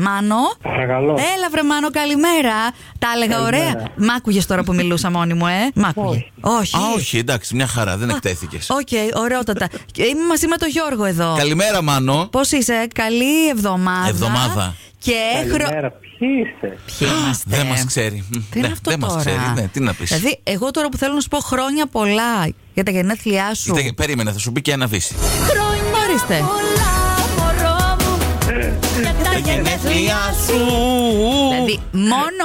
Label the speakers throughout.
Speaker 1: Μάνο.
Speaker 2: Παρακαλώ.
Speaker 1: Έλα, βρε Μάνο, καλημέρα. Τα έλεγα
Speaker 2: Καλημέρα.
Speaker 1: ωραία. Μ' άκουγες τώρα που μιλούσα μόνη μου, ε. Μ' άκουγες.
Speaker 2: Όχι.
Speaker 1: Όχι.
Speaker 3: Α, όχι, εντάξει, μια χαρά, δεν εκτέθηκες.
Speaker 1: Οκ, ωραιότατα. Και Είμαι μαζί με τον Γιώργο εδώ.
Speaker 3: Καλημέρα, Μάνο.
Speaker 1: Πώς είσαι, καλή εβδομάδα.
Speaker 3: Εβδομάδα.
Speaker 1: Και χρο...
Speaker 2: Καλημέρα. Ποιοι είστε.
Speaker 1: Ποιοι είμαστε.
Speaker 3: Δεν μας ξέρει.
Speaker 1: Τι είναι
Speaker 3: Ναι,
Speaker 1: αυτό
Speaker 3: δεν
Speaker 1: τώρα.
Speaker 3: μας ξέρει, ναι, τι να πεις.
Speaker 1: Δηλαδή, εγώ τώρα που θέλω να σου πω χρόνια πολλά για τα γενέθλιά σου.
Speaker 3: Περίμενε, θα σου πει και ένα δύση.
Speaker 1: Χρόνια Ορίστε. Δηλαδή, μόνο.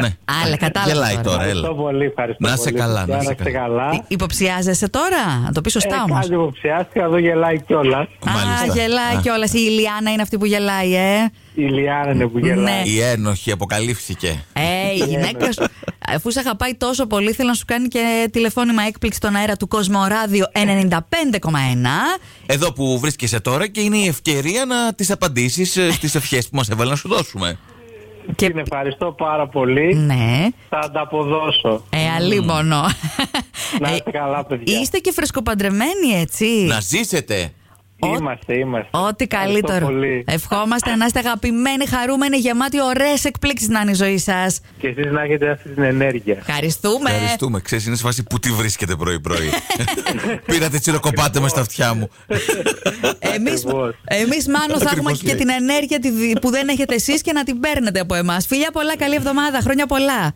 Speaker 3: Ναι.
Speaker 1: Άλλα, κατάλαβα.
Speaker 3: Γελάει τώρα,
Speaker 2: Ευχαριστώ
Speaker 3: έλα.
Speaker 2: πολύ. Ευχαριστώ
Speaker 3: Να είσαι
Speaker 2: πολύ.
Speaker 3: καλά, να
Speaker 2: Να
Speaker 3: είσαι
Speaker 2: είστε
Speaker 3: καλά.
Speaker 2: καλά.
Speaker 1: Ε, Υποψιάζεσαι τώρα, να το πεις σωστά όμω.
Speaker 2: Κάτι υποψιάστηκα, εδώ γελάει κιόλας.
Speaker 1: Α,
Speaker 3: Ε, Μάλιστα.
Speaker 1: γελάει
Speaker 3: Α.
Speaker 1: κιόλας. Η Ηλιάνα είναι αυτή που γελάει, ε.
Speaker 2: Η Λιάνα είναι που γελάει.
Speaker 1: Ναι.
Speaker 3: Η ένοχη αποκαλύφθηκε.
Speaker 1: Ε,
Speaker 2: ναι.
Speaker 1: η γυναίκα σου. Αφού σε αγαπάει τόσο πολύ, θέλει να σου κάνει και τηλεφώνημα έκπληξη στον αέρα του Κοσμοράδιο 95,1.
Speaker 3: Εδώ που βρίσκεσαι τώρα και είναι η ευκαιρία να τις απαντήσεις στις ευχές που μας έβαλε να σου δώσουμε.
Speaker 1: Και...
Speaker 2: Την ευχαριστώ πάρα πολύ.
Speaker 1: Ναι.
Speaker 2: Θα ανταποδώσω.
Speaker 1: Ε, αλίμονο.
Speaker 2: Να
Speaker 1: Ε,
Speaker 2: είστε καλά, παιδιά.
Speaker 1: Είστε και φρεσκοπαντρεμένοι, έτσι.
Speaker 3: Να ζήσετε.
Speaker 1: Ό-
Speaker 2: Είμαστε, είμαστε.
Speaker 1: Ό,τι
Speaker 2: Ευχαριστώ
Speaker 1: καλύτερο.
Speaker 2: πολύ.
Speaker 1: Ευχόμαστε να είστε αγαπημένοι, χαρούμενοι, γεμάτοι ωραίες εκπλήξεις να είναι η ζωή σας.
Speaker 2: Και εσείς να έχετε αυτή την ενέργεια.
Speaker 1: Ευχαριστούμε.
Speaker 3: Ευχαριστούμε. Ξέρεις, είναι σε φάση που τη βρίσκεται πρωί-πρωί. Πήρατε τσιροκοπάτε με στα αυτιά μου.
Speaker 1: Εμείς,
Speaker 2: Ακριβώς.
Speaker 1: εμείς μάλλον θα έχουμε
Speaker 3: Ακριβώς
Speaker 1: και
Speaker 3: λέει.
Speaker 1: την ενέργεια τη δι- που δεν έχετε εσείς και να την παίρνετε από εμάς. Φιλιά πολλά, καλή εβδομάδα, χρόνια πολλά.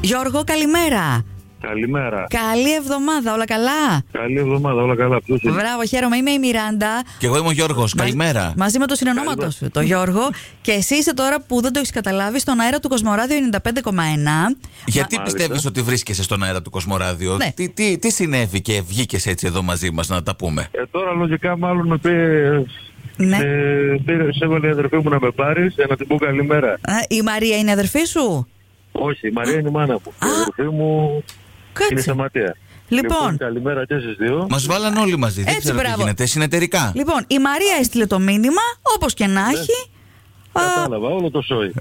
Speaker 1: Γιώργο, καλημέρα.
Speaker 4: Καλημέρα.
Speaker 1: Καλή εβδομάδα, όλα καλά.
Speaker 4: Καλή εβδομάδα, όλα καλά. Ποιος είναι?
Speaker 1: Μπράβο, χαίρομαι. Είμαι η Μιράντα.
Speaker 3: Και εγώ είμαι ο Γιώργος. Καλημέρα.
Speaker 1: Μαζί με το συνεννόματο σου, το Γιώργο. Και εσύ είσαι τώρα που δεν το έχεις καταλάβει στον αέρα του Κοσμοράδιο 95,1.
Speaker 3: Γιατί
Speaker 4: Μάλιστα.
Speaker 3: πιστεύεις ότι βρίσκεσαι στον αέρα του Κοσμοράδιο,
Speaker 1: Ναι.
Speaker 3: τι, τι, τι συνέβη και βγήκες έτσι εδώ μαζί μας να τα πούμε.
Speaker 4: Ε, τώρα λογικά μάλλον με πήρε.
Speaker 1: Ναι.
Speaker 4: Ε, πήρε- σε έβαλε η αδερφή μου να με πάρει για να την πω καλημέρα.
Speaker 1: Α, Η Μαρία είναι αδερφή σου.
Speaker 4: Όχι, η Μαρία είναι η μάνα μου. Η αδερφή μου είναι
Speaker 1: Κάτσε.
Speaker 4: σταματία.
Speaker 1: Λοιπόν.
Speaker 4: καλημέρα και στις δύο.
Speaker 3: Μας βάλαν όλοι μαζί. Δεν
Speaker 1: Έτσι,
Speaker 3: ξέρω τι
Speaker 1: μπράβο.
Speaker 3: γίνεται. Συνεταιρικά.
Speaker 1: Λοιπόν, η Μαρία έστειλε το μήνυμα, όπως και να έχει. Α,
Speaker 4: Κατάλαβα, όλο το σόι.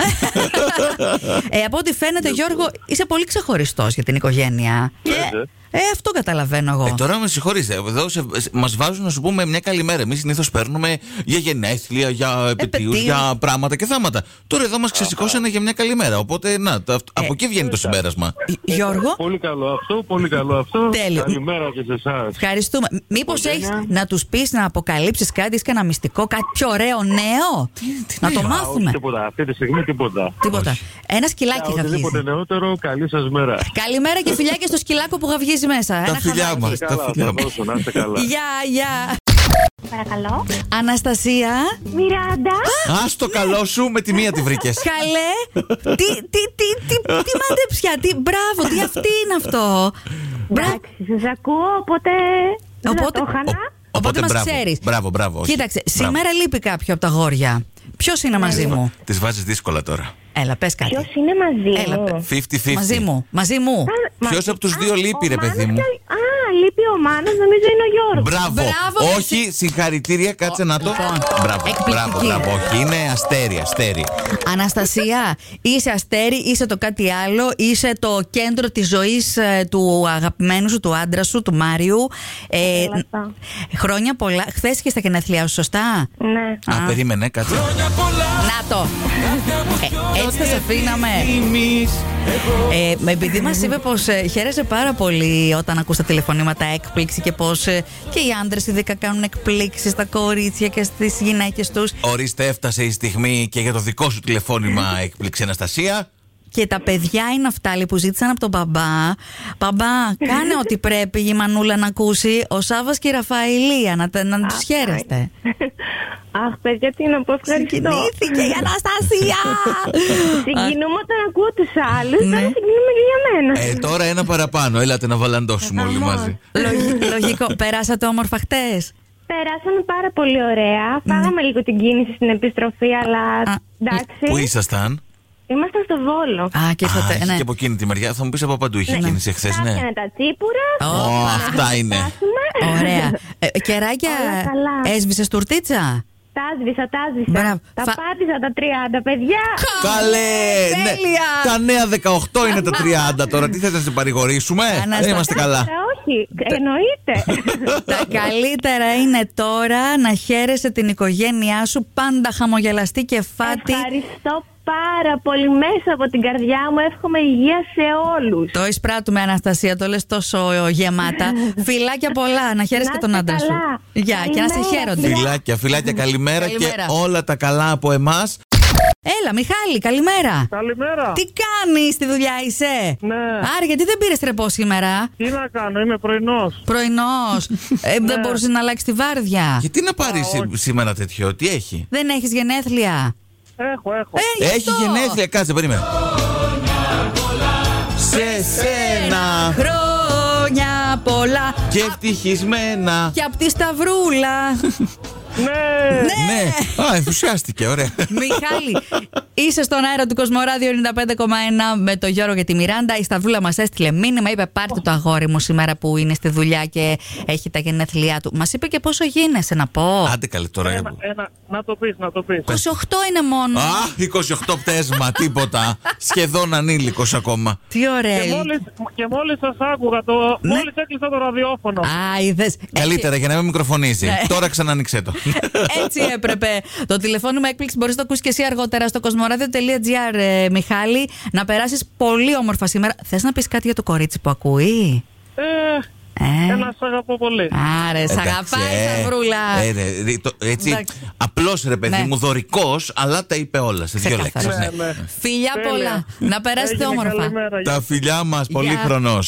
Speaker 1: ε, από ό,τι φαίνεται, Γιώργο, είσαι πολύ ξεχωριστός για την οικογένεια.
Speaker 4: Βέβαια.
Speaker 1: ε, αυτό καταλαβαίνω εγώ.
Speaker 3: Ε, τώρα με συγχωρείτε. Εδώ σε, μας βάζουν να σου πούμε μια καλημέρα. Εμείς συνήθως παίρνουμε για γενέθλια, για επαιτίους,
Speaker 1: Επαιτίους.
Speaker 3: για πράγματα και θάματα. Τώρα εδώ μας ξεσηκώσανε για μια καλημέρα. Οπότε να,
Speaker 1: Ε,
Speaker 3: τα- από εκεί βγαίνει το συμπέρασμα. Ε,
Speaker 1: Γιώργο,
Speaker 4: πολύ καλό αυτό, πολύ καλό αυτό.
Speaker 1: Τέλειο.
Speaker 4: Καλημέρα και σε εσάς.
Speaker 1: ευχαριστούμε. Μήπως έχει
Speaker 4: Οικογένεια.
Speaker 1: να τους πεις να αποκαλύψεις κάτι, έχει κανένα μυστικό, κάτι πιο ωραίο νέο. να το μάθουμε.
Speaker 4: Τίποτα, αυτή τη στιγμή τίποτα.
Speaker 1: Τίποτα. Ένα σκυλάκι είχα βγει.
Speaker 4: Οτιδήποτε νεότερο, καλή σας μέρα.
Speaker 1: Καλημέρα και φιλιά και στο σκυλάκο που είχα βγεις μέσα.
Speaker 3: τα
Speaker 1: Ένα
Speaker 3: φιλιά
Speaker 1: χαμάκι.
Speaker 3: μας. Τα
Speaker 4: Καλά,
Speaker 3: φιλιά
Speaker 4: θα
Speaker 3: μας.
Speaker 4: δώσω, να είστε καλά.
Speaker 1: Γεια, γεια.
Speaker 5: Παρακαλώ.
Speaker 1: Αναστασία,
Speaker 5: Μιράντα.
Speaker 3: Ας το καλό σου με τη μία τη βρήκες.
Speaker 1: καλέ. τι, τι, τι, τι, τι μάντεψια, τι, μπράβο, τι αυτή είναι αυτό. Μπράβο.
Speaker 5: Εντάξει, σας ακούω, οπότε. Δεν θα
Speaker 1: Οπότε-
Speaker 5: το χάνα.
Speaker 1: Οπότε, μας μας
Speaker 3: μπράβο.
Speaker 1: ξέρεις.
Speaker 3: Μπράβο, μπράβο. όχι.
Speaker 1: Κοίταξε,
Speaker 3: Μπράβο.
Speaker 1: σήμερα λείπει κάποιο από τα γόρια. Ποιος είναι μαζί μου.
Speaker 3: Τη βάζεις δύσκολα τώρα.
Speaker 1: Έλα, πες
Speaker 5: Ποιο
Speaker 1: κάτι.
Speaker 5: είναι μαζί
Speaker 1: Έλα,
Speaker 5: μου.
Speaker 1: πες.
Speaker 3: 50-50.
Speaker 1: Μαζί μου. Μαζί μου.
Speaker 5: Μα-
Speaker 3: Ποιος από τους δύο
Speaker 5: Α,
Speaker 3: λείπει,
Speaker 5: ο
Speaker 3: ρε παιδί
Speaker 5: Μάνος
Speaker 3: μου?
Speaker 5: και- Α, λείπει ο Μάνος, νομίζω είναι ο Γιώργος.
Speaker 3: Μπράβο.
Speaker 1: Μπράβο,
Speaker 3: Όχι, συγχαρητήρια, κάτσε
Speaker 1: Ω,
Speaker 3: να το.
Speaker 1: λοιπόν,
Speaker 3: Μπράβο,
Speaker 1: εκπληκτική.
Speaker 3: μπράβο, μπράβο. Όχι, είναι αστέρι, αστέρι.
Speaker 1: Αναστασία, είσαι αστέρι, είσαι το κάτι άλλο, είσαι το κέντρο της ζωής ε, του αγαπημένου σου, του άντρα σου, του Μάριου. Ε,
Speaker 5: Όλα αυτά.
Speaker 1: χρόνια πολλά. Χθες και στα γενέθλιά σου, σωστά.
Speaker 5: Ναι.
Speaker 3: Α, περίμενε, κάτσε.
Speaker 1: Να το. Ε, έτσι θα σε αφήναμε. Ε, με- επειδή μας είπε πως χαίρεσε πάρα πολύ όταν ακούς τα τηλεφωνήματα έκπληξη και πω και οι άντρες ειδικά κάνουν εκπλήξεις στα κορίτσια και στις γυναίκες τους.
Speaker 3: Ορίστε, έφτασε η στιγμή και για το δικό σου
Speaker 1: Ε.
Speaker 3: τηλεφώνημα έκπληξη Αναστασία.
Speaker 1: Και τα παιδιά είναι αυτά λέει, που ζήτησαν από τον μπαμπά. Μπαμπά, κάνε ό,τι πρέπει η μανούλα να ακούσει. Ο Σάβα και η Ραφαηλία να, τα- να τους χαίρεστε.
Speaker 5: Αχ, παιδιά, τι να πω, ευχαριστώ.
Speaker 1: Συγκινήθηκε η Αναστασία!
Speaker 5: Συγκινούμε όταν ακούω τους άλλους,
Speaker 1: Ναι.
Speaker 5: αλλά συγκινούμε και για μένα.
Speaker 3: Ε, τώρα ένα παραπάνω. Έλατε να βαλαντώσουμε όλοι μαζί.
Speaker 1: Λογι- Λογικό. Περάσατε όμορφα χτες.
Speaker 5: Περάσαμε πάρα πολύ ωραία. Φάγαμε λίγο την κίνηση στην επιστροφή, αλλά
Speaker 1: Ναι. Α, ναι.
Speaker 3: Πού
Speaker 5: εντάξει.
Speaker 3: ήσασταν,
Speaker 5: Ήμασταν στο Βόλο.
Speaker 1: Α, και
Speaker 3: Α,
Speaker 1: ήρθατε.
Speaker 3: είχε
Speaker 1: Ναι.
Speaker 3: και από εκείνη τη μεριά. Θα μου πεις από παντού, είχε κίνηση χθε, ναι.
Speaker 5: Κάπιανε τα τσίπουρα.
Speaker 1: Ω,
Speaker 3: Ω, αυτά είναι.
Speaker 5: φτάσουμε.
Speaker 1: Ωραία. Ε, κεράκια,
Speaker 5: Όλα καλά.
Speaker 1: έσβησες τουρτίτσα.
Speaker 5: Τα άσβησα, τα άσβησα.
Speaker 1: Μπράβο.
Speaker 5: Τα
Speaker 1: Φα-
Speaker 5: πάτησα τα 30, παιδιά.
Speaker 3: Καλέ! ναι.
Speaker 1: Τέλεια.
Speaker 3: Τα νέα 18 είναι τα 30 τώρα. Τι θέλετε να σε παρηγορήσουμε,
Speaker 1: Αναστασία.
Speaker 3: Δεν είμαστε καλά.
Speaker 5: Τα όχι, Όχι, εννοείται.
Speaker 1: Τα καλύτερα είναι τώρα να χαίρεσαι την οικογένειά σου πάντα χαμογελαστή και φάτη.
Speaker 5: Ευχαριστώ πάρα πολύ. Μέσα από την καρδιά μου εύχομαι υγεία σε όλους.
Speaker 1: Το εισπράττουμε, Αναστασία, το λες τόσο γεμάτα. Φιλάκια πολλά, να χαίρεσαι
Speaker 5: Να
Speaker 1: και τον
Speaker 5: είστε
Speaker 1: άντρα σου.
Speaker 5: καλά.
Speaker 1: Γεια, και να σε
Speaker 5: Καλημέρα,
Speaker 1: χαίρονται.
Speaker 3: Φιλάκια, φιλάκια, καλημέρα και
Speaker 1: Ναι. Καλημέρα.
Speaker 3: όλα τα καλά από εμάς.
Speaker 1: Έλα, Μιχάλη, καλημέρα.
Speaker 6: Καλημέρα.
Speaker 1: Τι κάνεις στη δουλειά είσαι,
Speaker 6: Ναι.
Speaker 1: Άρα, γιατί δεν πήρες τρεπό σήμερα,
Speaker 6: Τι να κάνω, είμαι πρωινός.
Speaker 1: πρωινός. δεν μπορούσες να αλλάξεις τη βάρδια.
Speaker 3: Γιατί να πάρεις σήμερα τέτοιο, τι έχει.
Speaker 1: Δεν έχεις γενέθλια.
Speaker 6: Έχω, έχω.
Speaker 1: Ε, γι'
Speaker 3: Έχει
Speaker 1: αυτό.
Speaker 3: γενέθλια, κάτσε, περίμενα. Σε σένα
Speaker 1: Χρόνια πολλά.
Speaker 3: και ευτυχισμένα.
Speaker 1: Και απ' τη Σταυρούλα.
Speaker 6: Ναι.
Speaker 3: Ναι, α, ενθουσιάστηκε, ωραία.
Speaker 1: Μιχάλη, είσαι στον αέρα του Κοσμοράδιο 95,1 με τον Γιώργο και τη Μιράντα. Η Σταυρούλα μας έστειλε μήνυμα. Είπε: Πάρτε το αγόρι μου σήμερα που είναι στη δουλειά και έχει τα γενέθλιά του. Μας είπε και πόσο γίνεσαι να πω.
Speaker 3: Άντε καλέ
Speaker 1: Ε,
Speaker 3: τώρα.
Speaker 6: Ένα, ένα, να το πεις, να το πεις.
Speaker 1: 28 είναι μόνο.
Speaker 3: Α, 28 πτέσμα, τίποτα. Σχεδόν ανήλικος ακόμα.
Speaker 1: Τι ωραία.
Speaker 6: Και μόλις, και μόλις σας άκουγα, το,
Speaker 1: Ναι.
Speaker 6: μόλις έκλεισα το ραδιόφωνο.
Speaker 1: Α, είδες.
Speaker 3: Καλύτερα για να μην μικροφωνήσει.
Speaker 1: Ναι. Ε,
Speaker 3: Τώρα ξανανοίξε το.
Speaker 1: Έτσι έπρεπε. το τηλεφώνημα έκπληξη μπορείς να το ακούσεις και εσύ αργότερα στο κοσμοράδιο.gr, ε, Μιχάλη. Να περάσεις πολύ όμορφα σήμερα. Θες να πεις κάτι για το κορίτσι που ακούει.
Speaker 6: Ε,
Speaker 1: Ε.
Speaker 6: Ένα σ' αγαπώ πολύ.
Speaker 1: Άρε, σ' αγαπάει,
Speaker 3: ε,
Speaker 1: Σταυρούλα.
Speaker 3: ε, ναι, δι- το- έτσι.
Speaker 1: Εντάξει.
Speaker 3: Απλώς ρε παιδί
Speaker 1: Ναι.
Speaker 3: μου, δωρικός, αλλά τα είπε όλα σε δύο
Speaker 1: Ξεκάθαρα.
Speaker 3: λέξεις.
Speaker 6: Ναι, ναι.
Speaker 1: Φιλιά
Speaker 6: Τέλεια.
Speaker 1: πολλά. Να περάσετε
Speaker 6: Έγινε,
Speaker 1: όμορφα.
Speaker 6: Καλημέρα.
Speaker 3: Τα φιλιά μας, πολύ
Speaker 1: Γεια.
Speaker 3: χρονό.